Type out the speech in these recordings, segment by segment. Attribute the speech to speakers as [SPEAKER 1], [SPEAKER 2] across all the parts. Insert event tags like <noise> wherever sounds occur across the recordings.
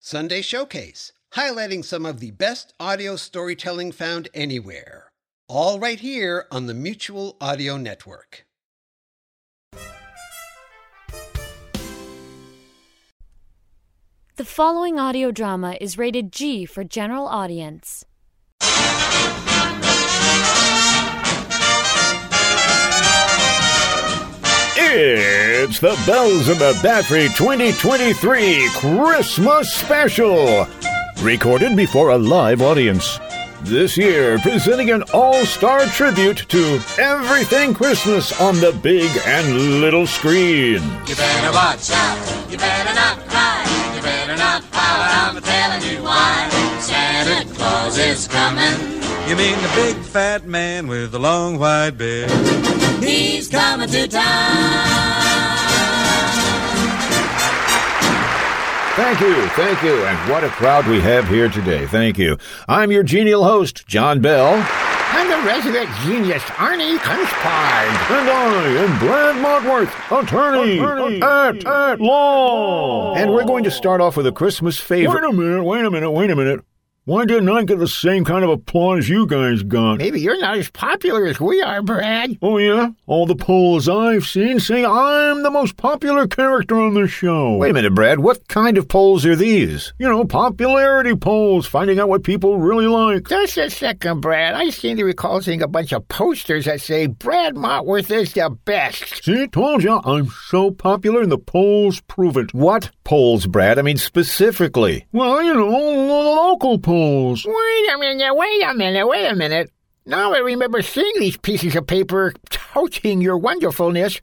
[SPEAKER 1] Sunday Showcase, highlighting some of the best audio storytelling found anywhere. All right here on the Mutual Audio Network.
[SPEAKER 2] The following audio drama is rated G for general audience.
[SPEAKER 3] It's the Bells of the Belfry 2023 Christmas Special, recorded before a live audience. This year, presenting an all star tribute to everything Christmas on the big and little screen.
[SPEAKER 4] You better watch out. You better not cry. You better not pout. I'm telling you why. Santa Claus is coming.
[SPEAKER 5] You mean the big fat man with the long white beard?
[SPEAKER 4] He's coming to town.
[SPEAKER 3] Thank you, thank you, and what a crowd we have here today. Thank you. I'm your genial host, John Bell.
[SPEAKER 6] I'm the resident genius, Arnie Kunspard.
[SPEAKER 3] And I am Brad Montworth, attorney, at, at law. And we're going to start off with a Christmas favorite. Wait a minute, wait a minute, wait a minute. Why didn't I get the same kind of applause you guys got?
[SPEAKER 6] Maybe you're not as popular as we are, Brad.
[SPEAKER 3] Oh, yeah? All the polls I've seen say I'm the most popular character on the show. Wait a minute, Brad. What kind of polls are these? You know, popularity polls, finding out what people really like.
[SPEAKER 6] Just a second, Brad. I seem to recall seeing a bunch of posters that say Brad Motworth is the best.
[SPEAKER 3] See, told ya, I'm so popular and the polls prove it. What polls, Brad? I mean, specifically. Well, you know, lo- local polls.
[SPEAKER 6] Wait a minute, wait a minute, wait a minute. Now I remember seeing these pieces of paper touting your wonderfulness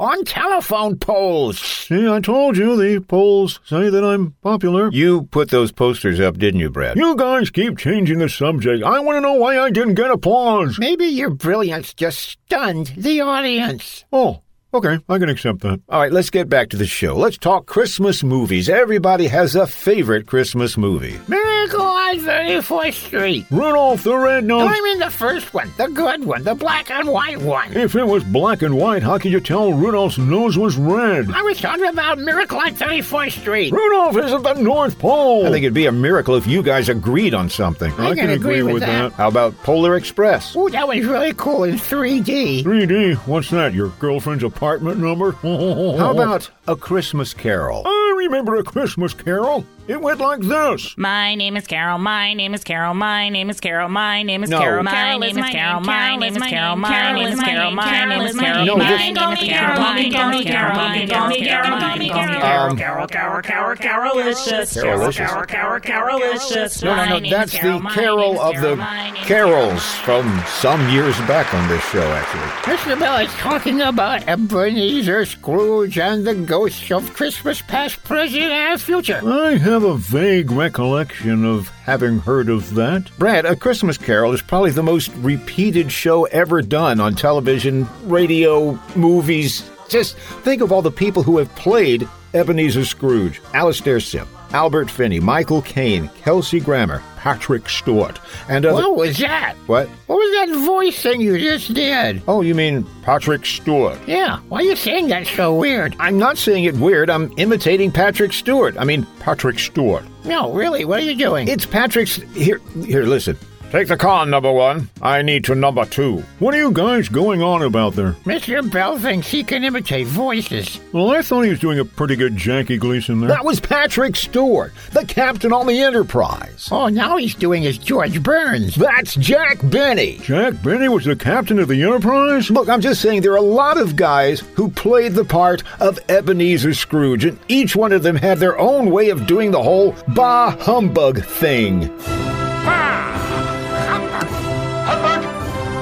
[SPEAKER 6] on telephone poles.
[SPEAKER 3] See, I told you the polls say that I'm popular. You put those posters up, didn't you, Brad? You guys keep changing the subject. I want to know why I didn't get applause.
[SPEAKER 6] Maybe your brilliance just stunned the audience.
[SPEAKER 3] Oh, okay, I can accept that. All right, let's get back to the show. Let's talk Christmas movies. Everybody has a favorite Christmas movie.
[SPEAKER 6] Miracle on 34th Street.
[SPEAKER 3] Rudolph the Red-Nosed.
[SPEAKER 6] I'm in the first one, the good one, the black and white one.
[SPEAKER 3] If it was black and white, how could you tell Rudolph's nose was red?
[SPEAKER 6] I was talking about Miracle on 34th Street.
[SPEAKER 3] Rudolph is at the North Pole. I think it'd be a miracle if you guys agreed on something.
[SPEAKER 6] I I can can agree agree with with that. that.
[SPEAKER 3] How about Polar Express?
[SPEAKER 6] Ooh, that was really cool in 3D.
[SPEAKER 3] 3D, what's that? Your girlfriend's apartment number? <laughs> How about A Christmas Carol? I remember A Christmas Carol. It went like this.
[SPEAKER 7] My name is Carol. My name is Carol. My name is Carol. My name is
[SPEAKER 3] No.
[SPEAKER 7] Carol. My
[SPEAKER 8] Carol
[SPEAKER 7] name
[SPEAKER 8] is
[SPEAKER 7] is
[SPEAKER 8] my
[SPEAKER 7] Carol.
[SPEAKER 8] name.
[SPEAKER 7] My
[SPEAKER 8] Carol
[SPEAKER 7] name
[SPEAKER 8] is
[SPEAKER 7] is
[SPEAKER 8] my
[SPEAKER 7] Carol.
[SPEAKER 8] name.
[SPEAKER 7] My name is Carol. My name is Carol.
[SPEAKER 3] No,
[SPEAKER 7] My
[SPEAKER 3] this-
[SPEAKER 7] name is Carol. My name is Carol. My name is Carol. My name is Carol.
[SPEAKER 3] Um,
[SPEAKER 7] Carol. Carol. Carol. Carol. Carolicious. Carol.
[SPEAKER 3] Carolicious.
[SPEAKER 7] Carol. Carol. Carolicious.
[SPEAKER 3] No,
[SPEAKER 7] My
[SPEAKER 3] no, no.
[SPEAKER 7] name is
[SPEAKER 3] That's
[SPEAKER 7] Carol.
[SPEAKER 3] the
[SPEAKER 7] My name
[SPEAKER 3] Carol
[SPEAKER 7] is
[SPEAKER 3] of the
[SPEAKER 7] Carol. My name is Carol.
[SPEAKER 3] Carols from some years back on this show, actually.
[SPEAKER 6] Mr. Bell is talking about Ebenezer Scrooge and the ghosts of Christmas past, present, and future.
[SPEAKER 3] I have a vague recollection of having heard of that. Brad, A Christmas Carol is probably the most repeated show ever done on television, radio, movies. Just think of all the people who have played Ebenezer Scrooge, Alastair Sim, Albert Finney, Michael Caine, Kelsey Grammer, Patrick Stewart, and other.
[SPEAKER 6] What was that?
[SPEAKER 3] What?
[SPEAKER 6] What was that voice thing you just did?
[SPEAKER 3] Oh, you mean Patrick Stewart?
[SPEAKER 6] Yeah, why are you saying that so weird?
[SPEAKER 3] I'm not saying it weird. I'm imitating Patrick Stewart. I mean, Patrick Stewart.
[SPEAKER 6] No, really, what are you doing?
[SPEAKER 3] It's Patrick's. Here, here, listen. Take the con, number one. I need to number two. What are you guys going on about there?
[SPEAKER 6] Mr. Bell thinks he can imitate voices.
[SPEAKER 3] Well, I thought he was doing a pretty good Jackie Gleason there. That was Patrick Stewart, the captain on the Enterprise.
[SPEAKER 6] Oh, now he's doing his George Burns.
[SPEAKER 3] That's Jack Benny. Jack Benny was the captain of the Enterprise? Look, I'm just saying there are a lot of guys who played the part of Ebenezer Scrooge, and each one of them had their own way of doing the whole bah humbug thing.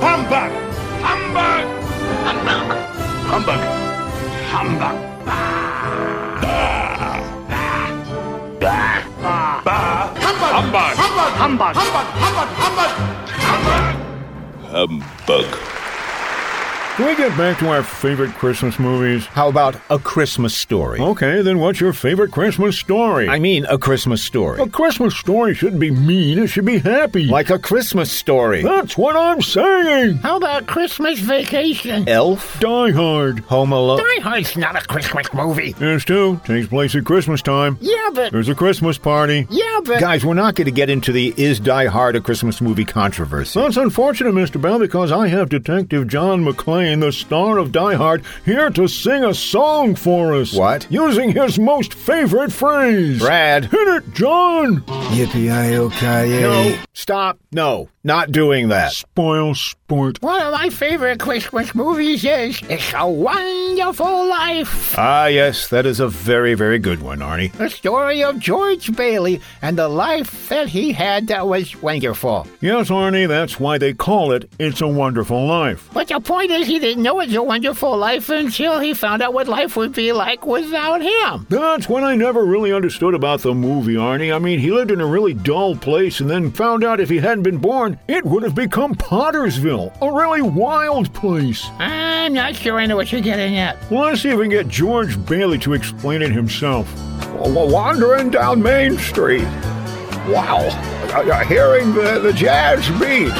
[SPEAKER 9] Humbug! Humbug! Humbug! Humbug! Humbug! Humbug! Humbug! Humbug! Humbug! Humbug! Humbug! Humbug!
[SPEAKER 3] That Can we get back to our favorite Christmas movies?
[SPEAKER 8] How about A Christmas Story?
[SPEAKER 3] Okay, then what's your favorite Christmas story?
[SPEAKER 8] I mean, A Christmas Story.
[SPEAKER 3] a Christmas story should be mean, it should be happy.
[SPEAKER 8] Like A Christmas Story.
[SPEAKER 3] That's what I'm saying!
[SPEAKER 6] How about Christmas Vacation?
[SPEAKER 8] Elf?
[SPEAKER 3] Die Hard.
[SPEAKER 8] Home Alone?
[SPEAKER 6] Die Hard's not a Christmas movie.
[SPEAKER 3] Yes, too. Takes place at Christmas time.
[SPEAKER 6] Yeah, but.
[SPEAKER 3] There's a Christmas party.
[SPEAKER 6] Yeah, but.
[SPEAKER 8] Guys, we're not going to get into the Is Die Hard a Christmas Movie controversy.
[SPEAKER 3] That's unfortunate, Mr. Bell, because I have Detective John McClane, the star of Die Hard, here to sing a song for us.
[SPEAKER 8] What?
[SPEAKER 3] Using his most favorite phrase.
[SPEAKER 8] Brad.
[SPEAKER 3] Hit it, John!
[SPEAKER 8] Yippee-i-yo-ki-yay. No, stop. No, not doing that.
[SPEAKER 3] Spoil sport.
[SPEAKER 6] One of my favorite Christmas movies is It's a Wonderful Life.
[SPEAKER 8] Ah, yes, that is a very, very good one, Arnie.
[SPEAKER 6] The story of George Bailey and the life that he had that was wonderful.
[SPEAKER 3] Yes, Arnie, that's why they call it It's a Wonderful Life.
[SPEAKER 6] But the point is, he didn't know it's a wonderful life until he found out what life would be like without him.
[SPEAKER 3] That's what I never really understood about the movie, Arnie. I mean, he lived in a really dull place and then found out if he hadn't been born, it would have become Pottersville, a really wild place.
[SPEAKER 6] I'm not sure I know what you're getting at.
[SPEAKER 3] Well, let's see if we can get George Bailey to explain it himself. W- Wandering down Main Street. Wow. Uh, uh, Hearing the, the jazz beat.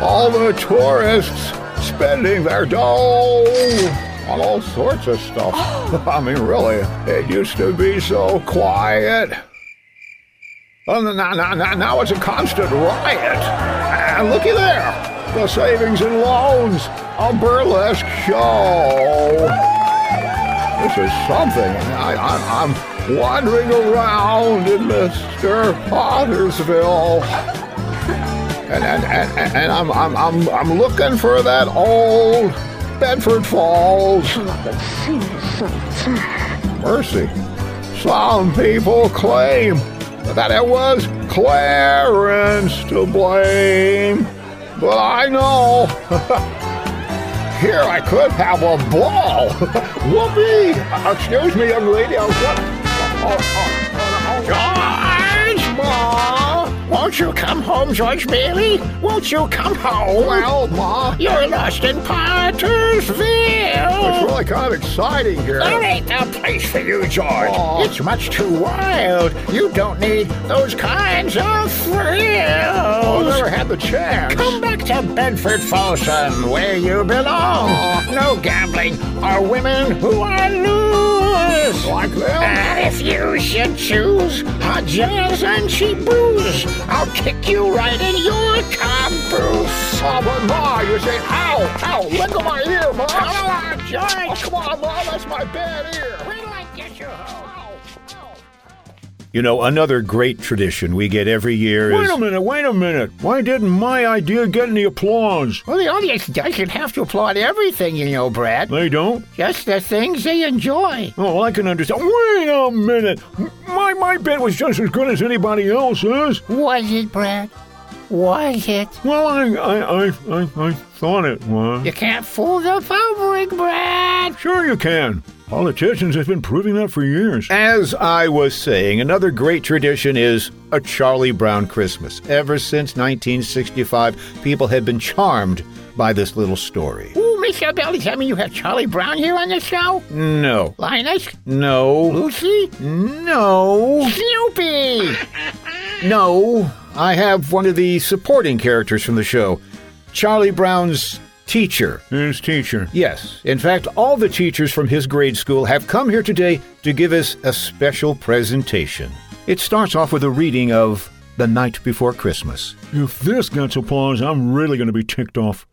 [SPEAKER 3] All the tourists spending their dough on all sorts of stuff. <laughs> I mean, really, it used to be so quiet. Well, now, now, now, now it's a constant riot. And looky there, the savings and loans, a burlesque show. This is something. I, I, I'm wandering around in Mr. Pottersville. And, and, and, and- and I'm, I'm, I'm, I'm looking for that old Bedford Falls. Mercy. Some people claim that it was Clarence to blame, but I know. <laughs> Here I could have a ball. <laughs> Whoopee! Uh, Excuse me, young lady. I'm what? Oh, oh, oh, oh.
[SPEAKER 6] George! Ma! Won't you come home, George Bailey? Won't you come home?
[SPEAKER 3] Well, Ma,
[SPEAKER 6] you're lost in Pottersville.
[SPEAKER 3] it's really kind of exciting here.
[SPEAKER 6] That ain't the place for you, George.
[SPEAKER 3] Aw.
[SPEAKER 6] It's much too wild. You don't need those kinds of
[SPEAKER 3] I've never
[SPEAKER 6] thrills.
[SPEAKER 3] had the chance.
[SPEAKER 6] Come back to Bedford Folsom, where you belong. No gambling or women who are loose.
[SPEAKER 3] Like them?
[SPEAKER 6] And if you should choose hot jazz and cheap booze, I'll kick you right in your caboose.
[SPEAKER 3] Oh, but Ma, you say, ow, ow, look at my ear, Ma.
[SPEAKER 6] Come on,
[SPEAKER 3] Oh,
[SPEAKER 6] George.
[SPEAKER 3] come on, Ma, that's my bad ear.
[SPEAKER 6] Where do I get you home?
[SPEAKER 8] You know, another great tradition we get every year
[SPEAKER 3] Wait a
[SPEAKER 8] is.
[SPEAKER 3] minute, wait a minute. Why didn't my idea get any applause?
[SPEAKER 6] Well, the audience doesn't have to applaud everything, you know, Brad.
[SPEAKER 3] They don't?
[SPEAKER 6] Just the things they enjoy.
[SPEAKER 3] Oh, I can understand. Wait a minute. My, my bit was just as good as anybody else's.
[SPEAKER 6] Was it, Brad? Was it?
[SPEAKER 3] Well, I, I, I, I, I thought it was.
[SPEAKER 6] You can't fool the public, Brad.
[SPEAKER 3] Sure you can. Politicians have been proving that for years.
[SPEAKER 8] As I was saying, another great tradition is a Charlie Brown Christmas. Ever since 1965, people have been charmed by this little story.
[SPEAKER 6] Ooh, Mr. Bell, does that mean you have Charlie Brown here on the show?
[SPEAKER 8] No,
[SPEAKER 6] Linus?
[SPEAKER 8] no,
[SPEAKER 6] Lucy?
[SPEAKER 3] <clears throat>
[SPEAKER 8] no,
[SPEAKER 6] Snoopy!
[SPEAKER 8] no. I have one of the supporting characters from the show, Charlie Brown's teacher.
[SPEAKER 3] His teacher.
[SPEAKER 8] Yes. In fact, all the teachers from his grade school have come here today to give us a special presentation. It starts off with a reading of The Night Before Christmas.
[SPEAKER 3] If this gets applause, I'm really going to be ticked off.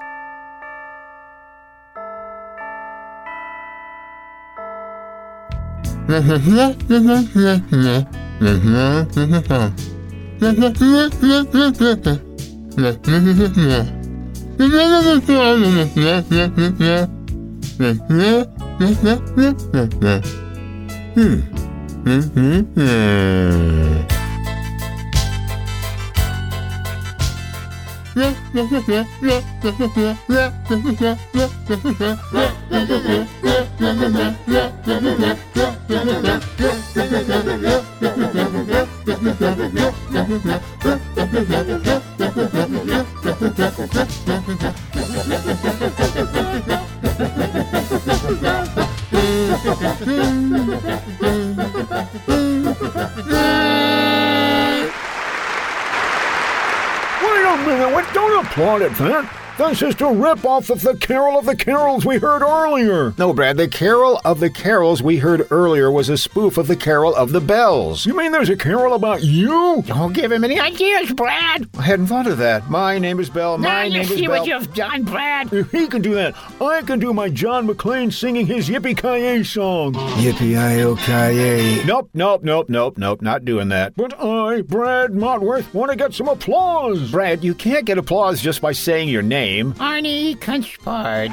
[SPEAKER 8] Wait a minute, what? Don't applaud at that. That's just a rip-off of the Carol of the Carols we heard earlier.
[SPEAKER 3] No, Brad, the Carol of the Carols we heard earlier was a spoof of the Carol of the Bells. Oh,
[SPEAKER 8] You mean there's a carol about you?
[SPEAKER 6] Don't give him any ideas, Brad.
[SPEAKER 3] e- I hadn't thought of that. My name is Bell.
[SPEAKER 6] Now
[SPEAKER 3] My
[SPEAKER 6] you
[SPEAKER 3] name is
[SPEAKER 6] see
[SPEAKER 3] Bell.
[SPEAKER 6] what you've done, Brad.
[SPEAKER 8] If he can do that, I can do my John McClane singing his Yippee Ki song.
[SPEAKER 3] Yippee-i-o-ki-yay.
[SPEAKER 8] Nope, nope, nope, nope, nope, not doing that. But I, Brad Motworth, want to get some applause.
[SPEAKER 3] Brad, you can't get applause just by saying your name.
[SPEAKER 6] Arnie conspired.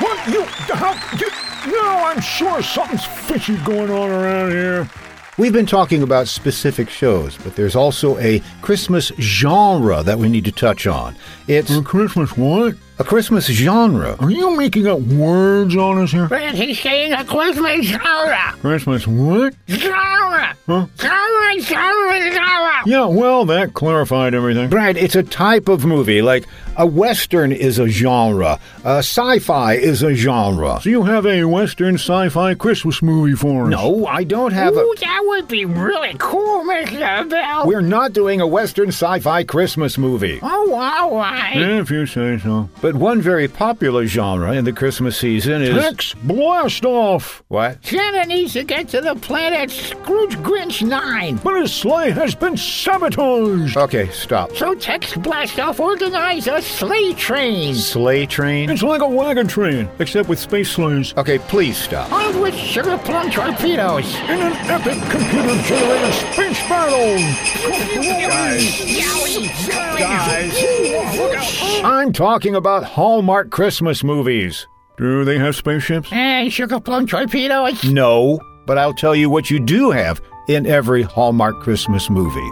[SPEAKER 8] What you? How? You, no, I'm sure something's fishy going on around here.
[SPEAKER 3] We've been talking about specific shows, but there's also a Christmas genre that we need to touch on. It's
[SPEAKER 8] Mm. Christmas what?
[SPEAKER 3] a Christmas genre.
[SPEAKER 8] Are you making up words on us here?
[SPEAKER 6] Brad, he's saying a Christmas genre.
[SPEAKER 8] Christmas what?
[SPEAKER 6] Genre.
[SPEAKER 8] Huh?
[SPEAKER 6] Genre, genre, genre.
[SPEAKER 8] Yeah, well, that clarified everything.
[SPEAKER 3] Brad, it's a type of movie. Like a western is a genre. A sci-fi is a genre.
[SPEAKER 8] So you have a Western sci-fi Christmas movie for us?
[SPEAKER 3] No, I don't have a.
[SPEAKER 6] Ooh, that would be really cool, Mr. Bell.
[SPEAKER 3] We're not doing a western sci-fi Christmas movie.
[SPEAKER 6] Oh, all
[SPEAKER 3] Hmm?
[SPEAKER 6] right.
[SPEAKER 8] If you say so.
[SPEAKER 3] But one very popular genre in the Christmas season is
[SPEAKER 8] Tex blast off.
[SPEAKER 3] what?
[SPEAKER 6] Santa needs to get to the planet Scrooge Grinch 9.
[SPEAKER 8] But his sleigh has been sabotaged.
[SPEAKER 3] Okay, stop.
[SPEAKER 6] So Tex Blastoff organized a sleigh train.
[SPEAKER 3] Sleigh train.
[SPEAKER 8] It's like a wagon train, except with space sleighs
[SPEAKER 3] Okay, please stop.
[SPEAKER 6] Armed with sugar plum torpedoes.
[SPEAKER 8] in an epic computer-generated space battle.
[SPEAKER 6] Yowie, yowie.
[SPEAKER 3] I'm talking about Hallmark Christmas movies.
[SPEAKER 8] Do they have spaceships?
[SPEAKER 6] And sugar plum torpedoes.
[SPEAKER 3] No, but I'll tell you what you do have in every Hallmark Christmas movie.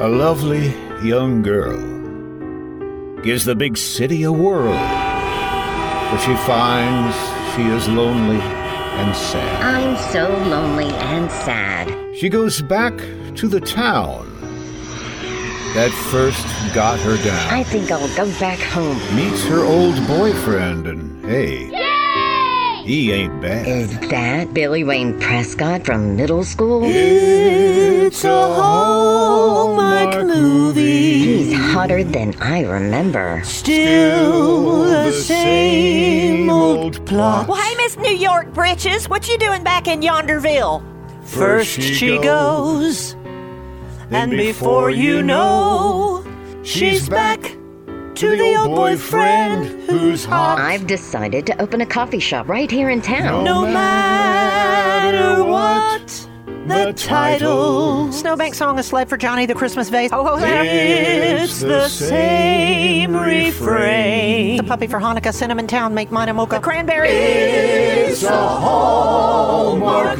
[SPEAKER 3] A lovely young girl gives the big city a whirl, but she finds she is lonely and sad.
[SPEAKER 10] I'm so lonely and sad.
[SPEAKER 3] She goes back to the town that first got her down,
[SPEAKER 10] I think I'll go back home.
[SPEAKER 3] meets her old boyfriend, and hey, he ain't bad.
[SPEAKER 10] Is that Billy Wayne Prescott from middle school?
[SPEAKER 3] It's a Hallmark movie.
[SPEAKER 10] He's hotter than I remember.
[SPEAKER 3] Still the same old plot.
[SPEAKER 11] Hey, Miss New York Britches, what you doing back in Yonderville?
[SPEAKER 3] First she
[SPEAKER 11] goes,
[SPEAKER 3] and before you know, she's back to the old boyfriend who's hot.
[SPEAKER 10] I've decided to open a coffee shop right here in town.
[SPEAKER 3] No matter what the title,
[SPEAKER 11] Snowbank song, A Sled for Johnny, The Christmas Vase. Oh, oh,
[SPEAKER 3] it's the same refrain.
[SPEAKER 11] The Puppy for Hanukkah, Cinnamon Town, Make Mine a Mocha, Cranberry.
[SPEAKER 3] It's a Hallmark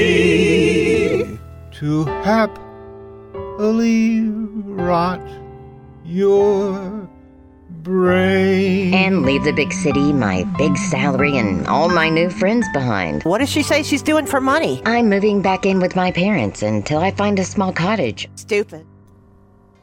[SPEAKER 3] movie to happily rot your brain.
[SPEAKER 10] And leave the big city, my big salary, and all my new friends behind.
[SPEAKER 11] What does she say she's doing for money?
[SPEAKER 10] I'm moving back in with my parents until I find a small cottage.
[SPEAKER 11] Stupid.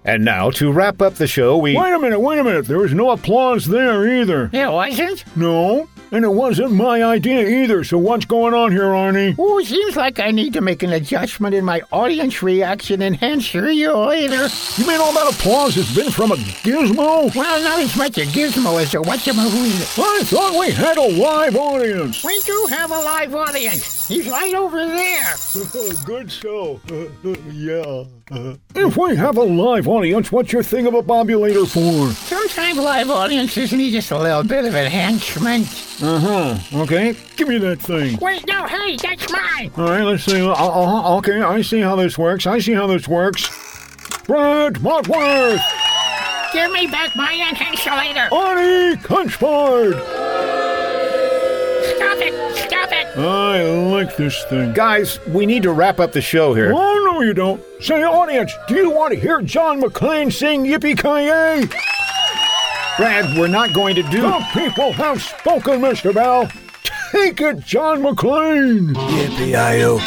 [SPEAKER 3] And now to wrap up the show, we
[SPEAKER 8] Wait a minute, wait a minute. There was no applause there either.
[SPEAKER 6] It wasn't?
[SPEAKER 8] No, and it wasn't my idea either. So what's going on here, Arnie?
[SPEAKER 6] Ooh, seems like I need to make an adjustment in my audience reaction enhancer. You later.
[SPEAKER 8] You mean all that applause has been from a gizmo?
[SPEAKER 6] Well, not as much a gizmo as a whatchamovie.
[SPEAKER 8] I thought we had a live audience.
[SPEAKER 6] We do have a live audience. He's right over there.
[SPEAKER 8] <laughs> Good show. <laughs> yeah. if we have a live audience, what's your thing of a bobulator for?
[SPEAKER 6] Sometimes live audiences need just a little bit of enhancement.
[SPEAKER 8] Uh huh. Okay. Give me that thing.
[SPEAKER 6] Wait, no, Oh, hey, that's mine.
[SPEAKER 8] All right. Let's see. Uh, uh, okay. I see how this works. I see how this works. Brad Motworth,
[SPEAKER 6] Give me back my enhancer later.
[SPEAKER 8] Arnie Kunchbard.
[SPEAKER 6] Stop it, stop it.
[SPEAKER 8] I like this thing.
[SPEAKER 3] guys, we need to wrap up the show here.
[SPEAKER 8] Oh no, No, you don't. Say, audience, do you want to hear John McClane sing Yippee Ki Yay? Brad, we're not going to do. The people have spoken, Mr. Bell. Take it, John <laughs> McClane.
[SPEAKER 12] Yippee-i-yo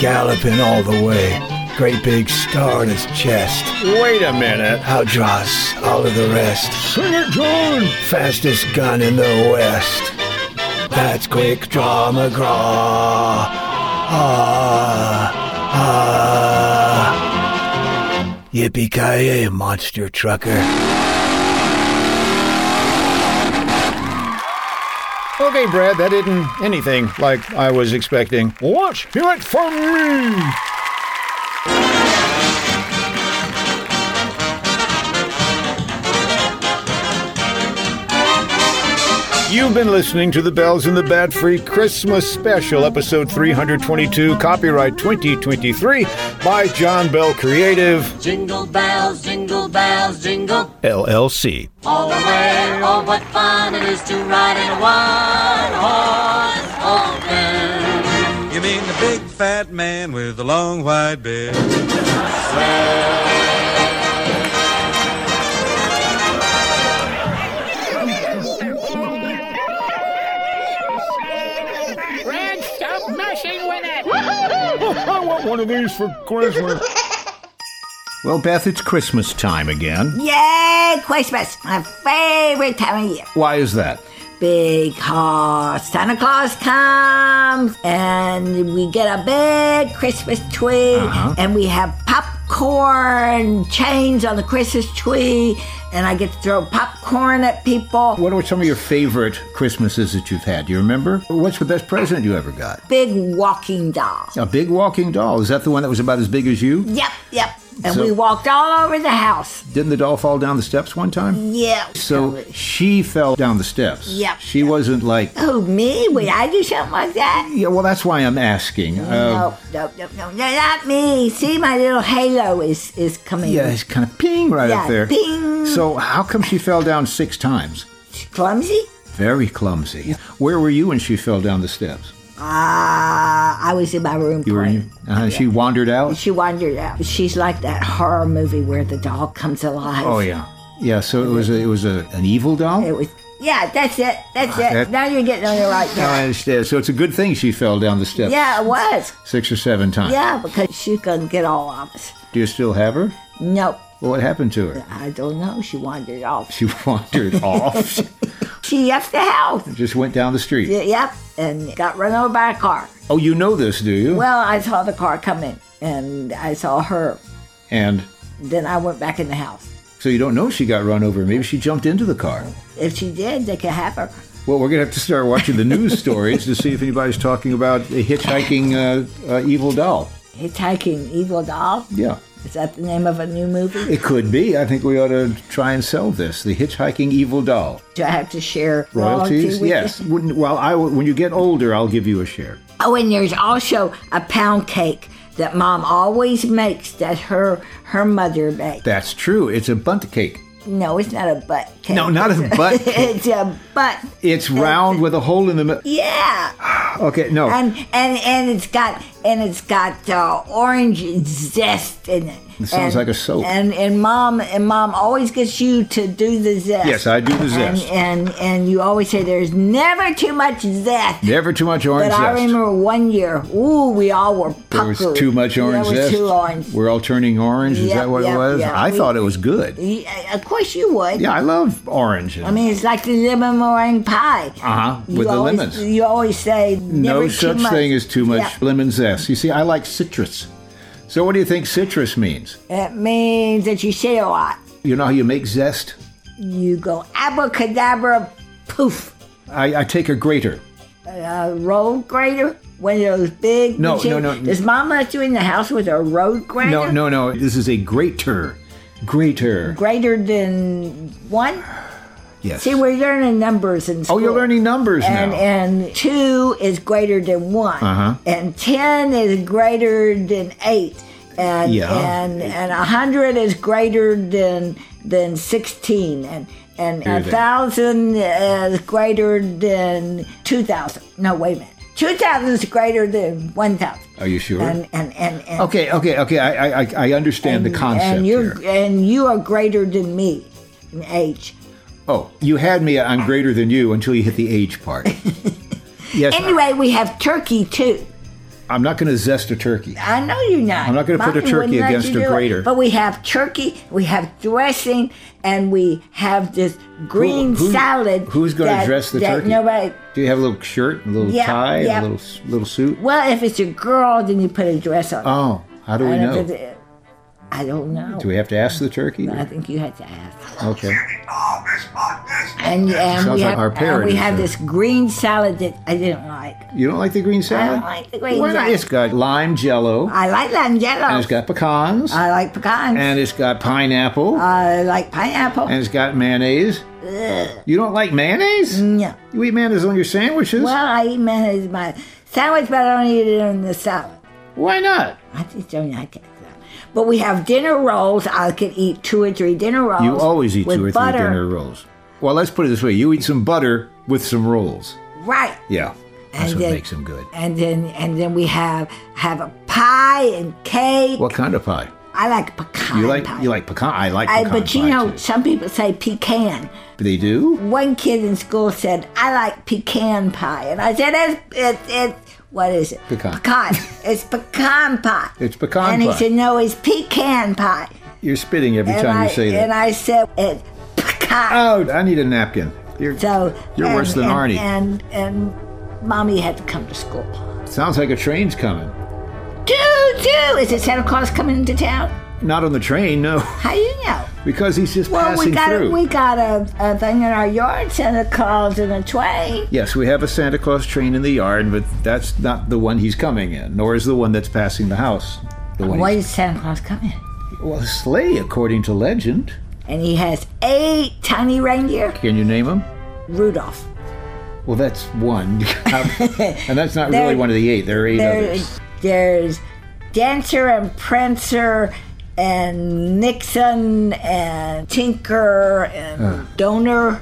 [SPEAKER 12] galloping all the way. Great big scar on his chest.
[SPEAKER 8] Wait a minute.
[SPEAKER 12] Outdraws all of the rest.
[SPEAKER 8] Sing it, John.
[SPEAKER 12] Fastest gun in the west. That's quick draw McGraw. Ah, ah. Yippee-ki-yay, monster trucker.
[SPEAKER 8] Okay, Brad, that isn't anything like I was expecting. Let's hear it from me! You've been listening to the Bells in the Bat Free Christmas Special, episode 322, copyright 2023, by John Bell Creative.
[SPEAKER 13] Jingle bells, jingle bells, jingle.
[SPEAKER 8] LLC.
[SPEAKER 13] All the way, oh, what fun it is to ride in a one horse open.
[SPEAKER 4] You mean the big fat man with the long white beard?
[SPEAKER 7] Brad, stop messing with it!
[SPEAKER 8] I want one of these for Christmas. well, Beth, it's Christmas time again.
[SPEAKER 14] Yay, Christmas! My favorite time of year.
[SPEAKER 8] Why is that?
[SPEAKER 14] Because Santa Claus comes um, and we get a big Christmas tree
[SPEAKER 8] Uh-huh.
[SPEAKER 14] and we have popcorn chains on the Christmas tree and I get to throw popcorn at people.
[SPEAKER 3] What are some of your favorite Christmases that you've had? Do you remember? What's the best present you ever got?
[SPEAKER 14] Big walking doll.
[SPEAKER 3] A big walking doll. Is that the one that was about as big as you?
[SPEAKER 14] Yep, yep. And
[SPEAKER 3] So-
[SPEAKER 14] we walked all over the house.
[SPEAKER 3] Didn't the doll fall down the steps one time?
[SPEAKER 14] Yeah.
[SPEAKER 3] So she fell down the steps.
[SPEAKER 14] Yep.
[SPEAKER 3] She wasn't like,
[SPEAKER 14] Oh, me? Would I do something like that?
[SPEAKER 3] yeah, well, that's why I'm asking. Uh,
[SPEAKER 14] No, no, no, no, no, not me. See, my little halo is is coming.
[SPEAKER 3] Yeah, it's kind of ping right
[SPEAKER 14] yeah,
[SPEAKER 3] up there.
[SPEAKER 14] Ping.
[SPEAKER 3] So how come she fell down six times?
[SPEAKER 14] clumsy.
[SPEAKER 3] Very clumsy. Where were you when she fell down the steps?
[SPEAKER 14] Ah, I was in my room.
[SPEAKER 3] You were in. Uh, She wandered out.
[SPEAKER 14] She wandered out. She's like that horror movie where the doll comes alive.
[SPEAKER 3] Oh yeah, yeah. So it was a, it was a, an evil doll. It
[SPEAKER 14] was. Yeah, that's it. That's it.
[SPEAKER 3] Ah, that- Oh,
[SPEAKER 14] now you're getting on the right
[SPEAKER 3] No, I
[SPEAKER 14] track.
[SPEAKER 3] understand. So it's a good thing she fell down the steps.
[SPEAKER 14] Yeah, it was.
[SPEAKER 3] Six or seven times.
[SPEAKER 14] Yeah, because she's gonna get all of us.
[SPEAKER 3] Do you still have her?
[SPEAKER 14] No,
[SPEAKER 3] Well, what happened to her?
[SPEAKER 14] I don't know. She wandered off.
[SPEAKER 3] She <laughs> wandered
[SPEAKER 14] <laughs>
[SPEAKER 3] off.
[SPEAKER 14] She left the house.
[SPEAKER 3] Just went down the street.
[SPEAKER 14] Y- Yep, and got run over by a car.
[SPEAKER 3] Oh, you know this, do you?
[SPEAKER 14] Well, I saw the car coming, and I saw her.
[SPEAKER 3] and
[SPEAKER 14] Then I went back in the house.
[SPEAKER 3] so you don't know she got run over. Maybe she jumped into the car.
[SPEAKER 14] If she did, they could have her.
[SPEAKER 3] Well, we're gonna have to start watching the
[SPEAKER 14] <laughs>
[SPEAKER 3] news stories to see if anybody's talking about a hitchhiking uh, uh, evil doll.
[SPEAKER 14] Hitchhiking Evil Doll?
[SPEAKER 3] Yeah.
[SPEAKER 14] Is that the name of a new movie?
[SPEAKER 3] It could be. I think we ought to try and sell this. The Hitchhiking Evil Doll.
[SPEAKER 14] Do I have to share
[SPEAKER 3] Royalties?
[SPEAKER 14] with
[SPEAKER 3] Yes.
[SPEAKER 14] you?
[SPEAKER 3] Wouldn't, well, I, will- when you get older, I'll give you a share.
[SPEAKER 14] Oh, and there's also a pound cake that Mom always makes that her her mother makes.
[SPEAKER 3] That's true. It's a bunt cake.
[SPEAKER 14] No, it's not a butt cake.
[SPEAKER 3] No, not
[SPEAKER 14] <laughs>
[SPEAKER 3] a butt cake.
[SPEAKER 14] it's a butt.
[SPEAKER 3] It's round with a hole in the middle.
[SPEAKER 14] Yeah.
[SPEAKER 3] Okay, no.
[SPEAKER 14] And and and it's got and it's got uh, orange zest in it.
[SPEAKER 3] It sounds
[SPEAKER 14] And-
[SPEAKER 3] like a soap.
[SPEAKER 14] And and mom and mom always gets you to do the zest.
[SPEAKER 3] Yes, I do the zest.
[SPEAKER 14] And and, and you always say there's never too much zest.
[SPEAKER 3] Never too much
[SPEAKER 14] But
[SPEAKER 3] orange
[SPEAKER 14] I
[SPEAKER 3] zest.
[SPEAKER 14] remember one year, ooh, we all were
[SPEAKER 3] There
[SPEAKER 14] puckered.
[SPEAKER 3] was too much orange
[SPEAKER 14] There was
[SPEAKER 3] zest.
[SPEAKER 14] too orange.
[SPEAKER 3] We're all turning orange. Is
[SPEAKER 14] Yep,
[SPEAKER 3] that what
[SPEAKER 14] yep,
[SPEAKER 3] it was?
[SPEAKER 14] yep.
[SPEAKER 3] I
[SPEAKER 14] We-
[SPEAKER 3] thought it was good.
[SPEAKER 14] Yeah, Of course you would.
[SPEAKER 3] Yeah, I love orange.
[SPEAKER 14] I mean, it's like the lemon meringue pie.
[SPEAKER 3] uh huh.
[SPEAKER 14] You
[SPEAKER 3] With the
[SPEAKER 14] always-
[SPEAKER 3] lemons.
[SPEAKER 14] You always say
[SPEAKER 3] No
[SPEAKER 14] never too
[SPEAKER 3] such
[SPEAKER 14] much.
[SPEAKER 3] thing as too much
[SPEAKER 14] Yeah.
[SPEAKER 3] lemon zest. You see, I like citrus. So, what do you think citrus means?
[SPEAKER 14] It means that you say a lot.
[SPEAKER 3] You know how you make zest?
[SPEAKER 14] You go abracadabra, poof.
[SPEAKER 3] I, I take a grater.
[SPEAKER 14] A road grater, one of those big.
[SPEAKER 3] No,
[SPEAKER 14] machines.
[SPEAKER 3] no, no.
[SPEAKER 14] Does Mom let you in the house with a road grater?
[SPEAKER 3] No, no, no. This is a grater. Grater.
[SPEAKER 14] Greater than one.
[SPEAKER 3] Yes.
[SPEAKER 14] See, we're learning numbers in school.
[SPEAKER 3] Oh, you're learning numbers
[SPEAKER 14] and
[SPEAKER 3] now.
[SPEAKER 14] and two is greater than one.
[SPEAKER 3] Uh-huh.
[SPEAKER 14] And ten is greater than eight. And
[SPEAKER 3] Yeah.
[SPEAKER 14] and and a hundred is greater than than sixteen. And and
[SPEAKER 3] Hear
[SPEAKER 14] a
[SPEAKER 3] that.
[SPEAKER 14] thousand is greater than two thousand. No, wait a minute. 2,000 is greater than 1,000.
[SPEAKER 3] Are you sure?
[SPEAKER 14] And, and, and, and,
[SPEAKER 3] okay, okay, okay. I, I, I understand the concept
[SPEAKER 14] and you're,
[SPEAKER 3] here.
[SPEAKER 14] and you are greater than me in age.
[SPEAKER 3] Oh, you had me. I'm greater than you until you hit the age
[SPEAKER 14] <laughs>
[SPEAKER 3] part. yes.
[SPEAKER 14] Anyway, we have turkey too.
[SPEAKER 3] I, am not going to zest a turkey.
[SPEAKER 14] I know you're not.
[SPEAKER 3] I'm not gonna put a
[SPEAKER 14] Mommy
[SPEAKER 3] turkey
[SPEAKER 14] wouldn't let
[SPEAKER 3] against
[SPEAKER 14] you
[SPEAKER 3] a
[SPEAKER 14] do it.
[SPEAKER 3] grater.
[SPEAKER 14] But we have turkey, we have dressing, and we have this green
[SPEAKER 3] who-
[SPEAKER 14] salad.
[SPEAKER 3] who's gonna
[SPEAKER 14] that-
[SPEAKER 3] dress the
[SPEAKER 14] that
[SPEAKER 3] turkey?
[SPEAKER 14] Nobody.
[SPEAKER 3] Do you have a little shirt, a little
[SPEAKER 14] Yeah,
[SPEAKER 3] tie,
[SPEAKER 14] yeah.
[SPEAKER 3] a little little suit?
[SPEAKER 14] Well, if it's a girl, then you put a dress on.
[SPEAKER 3] Oh, how do we
[SPEAKER 14] And if
[SPEAKER 3] know?
[SPEAKER 14] it's- I don't know.
[SPEAKER 3] Do we have to ask the turkey?
[SPEAKER 14] I think you had to ask.
[SPEAKER 3] Okay. <laughs>
[SPEAKER 14] And, and
[SPEAKER 3] Sounds
[SPEAKER 14] we
[SPEAKER 3] like
[SPEAKER 14] have,
[SPEAKER 3] our
[SPEAKER 14] and
[SPEAKER 3] parent
[SPEAKER 14] we
[SPEAKER 3] is
[SPEAKER 14] have
[SPEAKER 3] there.
[SPEAKER 14] this green salad that I didn't like.
[SPEAKER 3] You don't like the green salad?
[SPEAKER 14] like the green
[SPEAKER 3] Why not?
[SPEAKER 14] salad. Oh.
[SPEAKER 3] It's got lime jello,
[SPEAKER 14] I like lime
[SPEAKER 3] and
[SPEAKER 14] jello.
[SPEAKER 3] it's got pecans,
[SPEAKER 14] I like pecans.
[SPEAKER 3] and it's got pineapple,
[SPEAKER 14] I like pineapple.
[SPEAKER 3] and it's got mayonnaise.
[SPEAKER 14] Oh. Ugh. Mm.
[SPEAKER 3] You don't like mayonnaise?
[SPEAKER 14] No.
[SPEAKER 3] You eat mayonnaise on your sandwiches?
[SPEAKER 14] Well, I eat mayonnaise in my sandwich, but I don't eat it in the salad.
[SPEAKER 3] Why not?
[SPEAKER 14] I just don't like it. But we have dinner rolls. I could eat two or three dinner rolls.
[SPEAKER 3] you always eat
[SPEAKER 14] with
[SPEAKER 3] two or
[SPEAKER 14] butter.
[SPEAKER 3] three dinner rolls. Well, let's put it this way: you eat some butter with some rolls.
[SPEAKER 14] Right.
[SPEAKER 3] Yeah, that's
[SPEAKER 14] And
[SPEAKER 3] what
[SPEAKER 14] then-
[SPEAKER 3] makes them good.
[SPEAKER 14] And then and then we have have a pie and cake.
[SPEAKER 3] What kind of pie?
[SPEAKER 14] I like pecan.
[SPEAKER 3] you like you like pecan? I like
[SPEAKER 14] I,
[SPEAKER 3] pecan
[SPEAKER 14] but you
[SPEAKER 3] pie,
[SPEAKER 14] know,
[SPEAKER 3] too.
[SPEAKER 14] some people say pecan.
[SPEAKER 3] They do.
[SPEAKER 14] One kid in school said, "I like pecan pie," and I said, "It's it's, it's what is it?
[SPEAKER 3] Pecan.
[SPEAKER 14] Pecan. it's pecan pie."
[SPEAKER 3] It's pecan
[SPEAKER 14] and
[SPEAKER 3] pie.
[SPEAKER 14] he said, "No, it's pecan pie."
[SPEAKER 3] You're spitting every
[SPEAKER 14] and
[SPEAKER 3] time
[SPEAKER 14] I
[SPEAKER 3] you say that.
[SPEAKER 14] and I said, "It's pecan."
[SPEAKER 3] oh, I need a napkin. You're,
[SPEAKER 14] so
[SPEAKER 3] you're
[SPEAKER 14] and-
[SPEAKER 3] worse than
[SPEAKER 14] and,
[SPEAKER 3] Arnie.
[SPEAKER 14] And and mommy had to come to school.
[SPEAKER 3] Sounds like a train's coming.
[SPEAKER 14] Doo doo! Is it Santa Claus coming into town?
[SPEAKER 3] Not on the train, no, <laughs>
[SPEAKER 14] How you know?
[SPEAKER 3] because he's just
[SPEAKER 14] Well,
[SPEAKER 3] passing
[SPEAKER 14] we got
[SPEAKER 3] through.
[SPEAKER 14] we got a, a thing in our yard, Santa Claus in a tray.
[SPEAKER 3] Yes, we have a Santa Claus train in the yard, but that's not the one he's coming in, nor is the one that's passing the house. The one
[SPEAKER 14] Why
[SPEAKER 3] he's-
[SPEAKER 14] is Santa Claus coming?
[SPEAKER 3] well, a sleigh, according to legend.
[SPEAKER 14] And he has eight tiny reindeer.
[SPEAKER 3] Can you name him?
[SPEAKER 14] Rudolph.
[SPEAKER 3] Well, that's
[SPEAKER 14] <laughs>
[SPEAKER 3] one, <laughs> and that's not really
[SPEAKER 14] There-
[SPEAKER 3] one of the eight. There are eight others.
[SPEAKER 14] There's, there's Dancer and Prancer and Nixon and Tinker and
[SPEAKER 3] Uh.
[SPEAKER 14] Donor.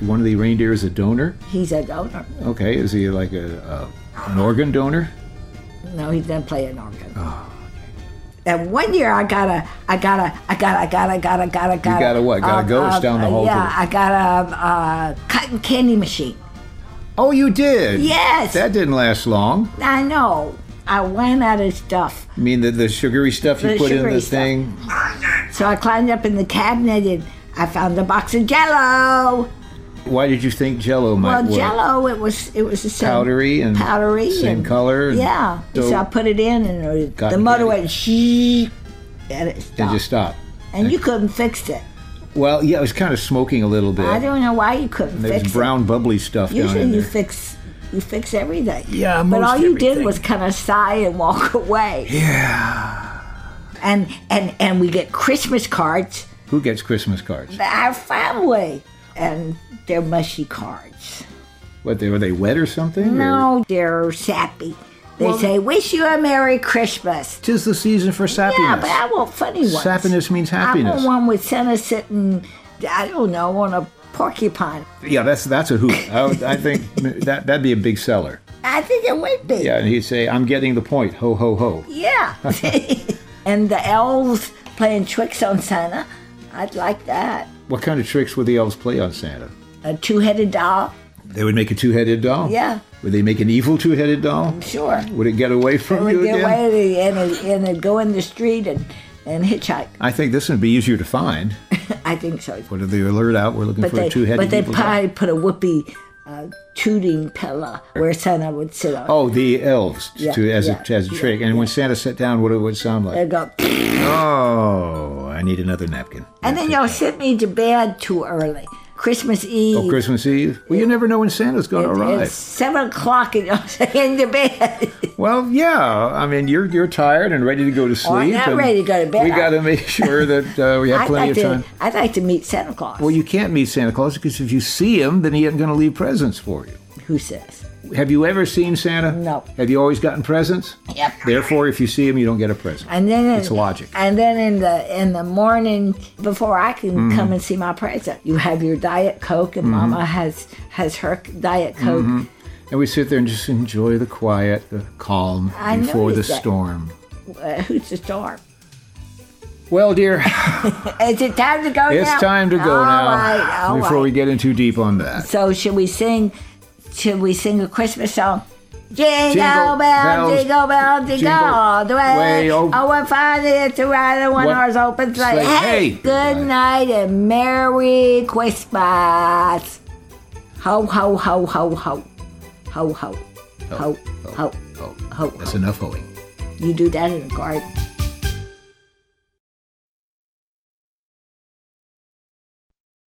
[SPEAKER 3] One of the reindeer is a donor.
[SPEAKER 14] He's a donor.
[SPEAKER 3] Okay, is he like a, a an organ donor?
[SPEAKER 14] No, he doesn't play an organ. And one year I got a, I got a, I got, I got, I got, I got, I got.
[SPEAKER 3] got a what? Got a ghost down the hall to
[SPEAKER 14] Yeah,
[SPEAKER 3] the-
[SPEAKER 14] I got a, uh cotton candy machine.
[SPEAKER 3] Oh, you did.
[SPEAKER 14] Yes.
[SPEAKER 3] That didn't last long.
[SPEAKER 14] I know. I ran out of stuff,
[SPEAKER 3] I mean, the, the sugary stuff you
[SPEAKER 14] The
[SPEAKER 3] put in
[SPEAKER 14] sugary
[SPEAKER 3] the
[SPEAKER 14] stuff.
[SPEAKER 3] thing.
[SPEAKER 14] so I climbed up in the cabinet and I found a box of Jello.
[SPEAKER 3] Why did you think Jello might
[SPEAKER 14] Well,
[SPEAKER 3] work?
[SPEAKER 14] Jello, it was it was the same
[SPEAKER 3] Powdery and
[SPEAKER 14] powdery,
[SPEAKER 3] same
[SPEAKER 14] and-
[SPEAKER 3] color and
[SPEAKER 14] yeah, so,
[SPEAKER 3] dough.
[SPEAKER 14] I put it in, and it- the
[SPEAKER 3] Cotton
[SPEAKER 14] motor
[SPEAKER 3] candy.
[SPEAKER 14] went shh, and it
[SPEAKER 3] And
[SPEAKER 14] stopped,
[SPEAKER 3] just stop.
[SPEAKER 14] and you couldn't fix it.
[SPEAKER 3] Well, yeah, it was kind of smoking a little bit.
[SPEAKER 14] I don't know why you couldn't
[SPEAKER 3] and there was
[SPEAKER 14] fix
[SPEAKER 3] brown bubbly stuff
[SPEAKER 14] it.
[SPEAKER 3] down
[SPEAKER 14] Usually
[SPEAKER 3] in
[SPEAKER 14] you
[SPEAKER 3] there.
[SPEAKER 14] fix you fix everything.
[SPEAKER 3] Yeah,
[SPEAKER 14] but
[SPEAKER 3] most
[SPEAKER 14] all you
[SPEAKER 3] everything.
[SPEAKER 14] did was kind of sigh and walk <laughs> away.
[SPEAKER 3] Yeah.
[SPEAKER 14] And and and we get Christmas cards,
[SPEAKER 3] Who gets Christmas cards?
[SPEAKER 14] our family, and they're mushy cards.
[SPEAKER 3] What they were they wet or something? or-
[SPEAKER 14] No, they're sappy. They
[SPEAKER 3] Well-
[SPEAKER 14] say, "Wish you a Merry Christmas."
[SPEAKER 3] Tis the season for sappiness.
[SPEAKER 14] Yeah, but I want funny ones.
[SPEAKER 3] Sappiness means
[SPEAKER 14] I
[SPEAKER 3] happiness.
[SPEAKER 14] want one with Santa sitting, I don't know, on a porcupine.
[SPEAKER 3] Yeah, that's that's a hoot. I, would- I
[SPEAKER 14] <laughs>
[SPEAKER 3] think that that'd be a big seller.
[SPEAKER 14] I think it would be.
[SPEAKER 3] Yeah, and he'd say, "I'm getting the point." Ho ho ho. <laughs>
[SPEAKER 14] Yeah. and the elves playing tricks on Santa. I'd like that.
[SPEAKER 3] What kind of tricks would the elves play on Santa?
[SPEAKER 14] A two-headed doll.
[SPEAKER 3] They would make a two-headed doll.
[SPEAKER 14] Yeah,
[SPEAKER 3] Would they make an evil two-headed doll?
[SPEAKER 14] sure.
[SPEAKER 3] Would it get away
[SPEAKER 14] It
[SPEAKER 3] from
[SPEAKER 14] would
[SPEAKER 3] you
[SPEAKER 14] get
[SPEAKER 3] again?
[SPEAKER 14] away and it- and it'd go in the street and, and hitchhike.
[SPEAKER 3] I think this would be easier to find.
[SPEAKER 14] I think so.
[SPEAKER 3] What did the alert out? We're looking
[SPEAKER 14] But
[SPEAKER 3] for
[SPEAKER 14] they,
[SPEAKER 3] a two-headed
[SPEAKER 14] but they
[SPEAKER 3] evil doll.
[SPEAKER 14] probably put a whoopee uh, tooting pillow where Santa would sit on.
[SPEAKER 3] Oh, the elves
[SPEAKER 14] Yeah,
[SPEAKER 3] to as
[SPEAKER 14] yeah,
[SPEAKER 3] a as a trick. And when Santa sat down, what it would sound like?
[SPEAKER 14] They'd go,
[SPEAKER 3] Oh, I need another napkin.
[SPEAKER 14] and then y'all sent me to bed too early. Christmas Eve.
[SPEAKER 3] Oh, Christmas Eve. Well, you never know when Santa's going to
[SPEAKER 14] It's
[SPEAKER 3] arrive.
[SPEAKER 14] seven o'clock and y'all <laughs> sent me to bed.
[SPEAKER 3] Well, yeah. I mean, you're you're tired and ready to go to sleep.
[SPEAKER 14] Oh, I'm not
[SPEAKER 3] and
[SPEAKER 14] ready to go to bed.
[SPEAKER 3] We got to make sure that uh,
[SPEAKER 14] <laughs>
[SPEAKER 3] we have
[SPEAKER 14] I'd
[SPEAKER 3] plenty
[SPEAKER 14] like
[SPEAKER 3] of
[SPEAKER 14] to,
[SPEAKER 3] time.
[SPEAKER 14] I'd like to meet Santa Claus.
[SPEAKER 3] Well, you can't meet Santa Claus because if you see him, then he isn't going to leave presents for you.
[SPEAKER 14] Who says?
[SPEAKER 3] Have you ever seen Santa?
[SPEAKER 14] No.
[SPEAKER 3] Have you always gotten presents?
[SPEAKER 14] Yep.
[SPEAKER 3] Therefore, if you see him, you don't get a present.
[SPEAKER 14] And then
[SPEAKER 3] It's logic.
[SPEAKER 14] And then in the in the morning before I can
[SPEAKER 3] Mhm.
[SPEAKER 14] come and see my present, you have your diet coke, and
[SPEAKER 3] Mhm.
[SPEAKER 14] Mama has has her diet coke,
[SPEAKER 3] Mhm. And we sit there and just enjoy the quiet, the calm
[SPEAKER 14] I
[SPEAKER 3] before the
[SPEAKER 14] noticed that.
[SPEAKER 3] storm.
[SPEAKER 14] Uh, who's the storm?
[SPEAKER 3] Well,
[SPEAKER 14] <laughs>
[SPEAKER 3] dear,
[SPEAKER 14] Is it time to go
[SPEAKER 3] it's
[SPEAKER 14] now?
[SPEAKER 3] time to go
[SPEAKER 14] All
[SPEAKER 3] now
[SPEAKER 14] right, all
[SPEAKER 3] before
[SPEAKER 14] right.
[SPEAKER 3] we get in too deep on that.
[SPEAKER 14] So should we sing? Should we sing a Christmas song? Jingle,
[SPEAKER 3] Jingle
[SPEAKER 14] bell,
[SPEAKER 3] bells,
[SPEAKER 14] jingle bell, jingle,
[SPEAKER 3] jingle
[SPEAKER 14] all the way.
[SPEAKER 3] way,
[SPEAKER 14] oh,
[SPEAKER 3] oh.
[SPEAKER 14] what fun it is to ride in one
[SPEAKER 3] What-
[SPEAKER 14] horse open sleigh.
[SPEAKER 3] sleigh. Hey.
[SPEAKER 14] good night and merry Christmas. Ho, ho, ho, ho, ho, ho, ho, ho, ho, ho.
[SPEAKER 3] Oh, That's enough hoeing.
[SPEAKER 14] You do that in the garden.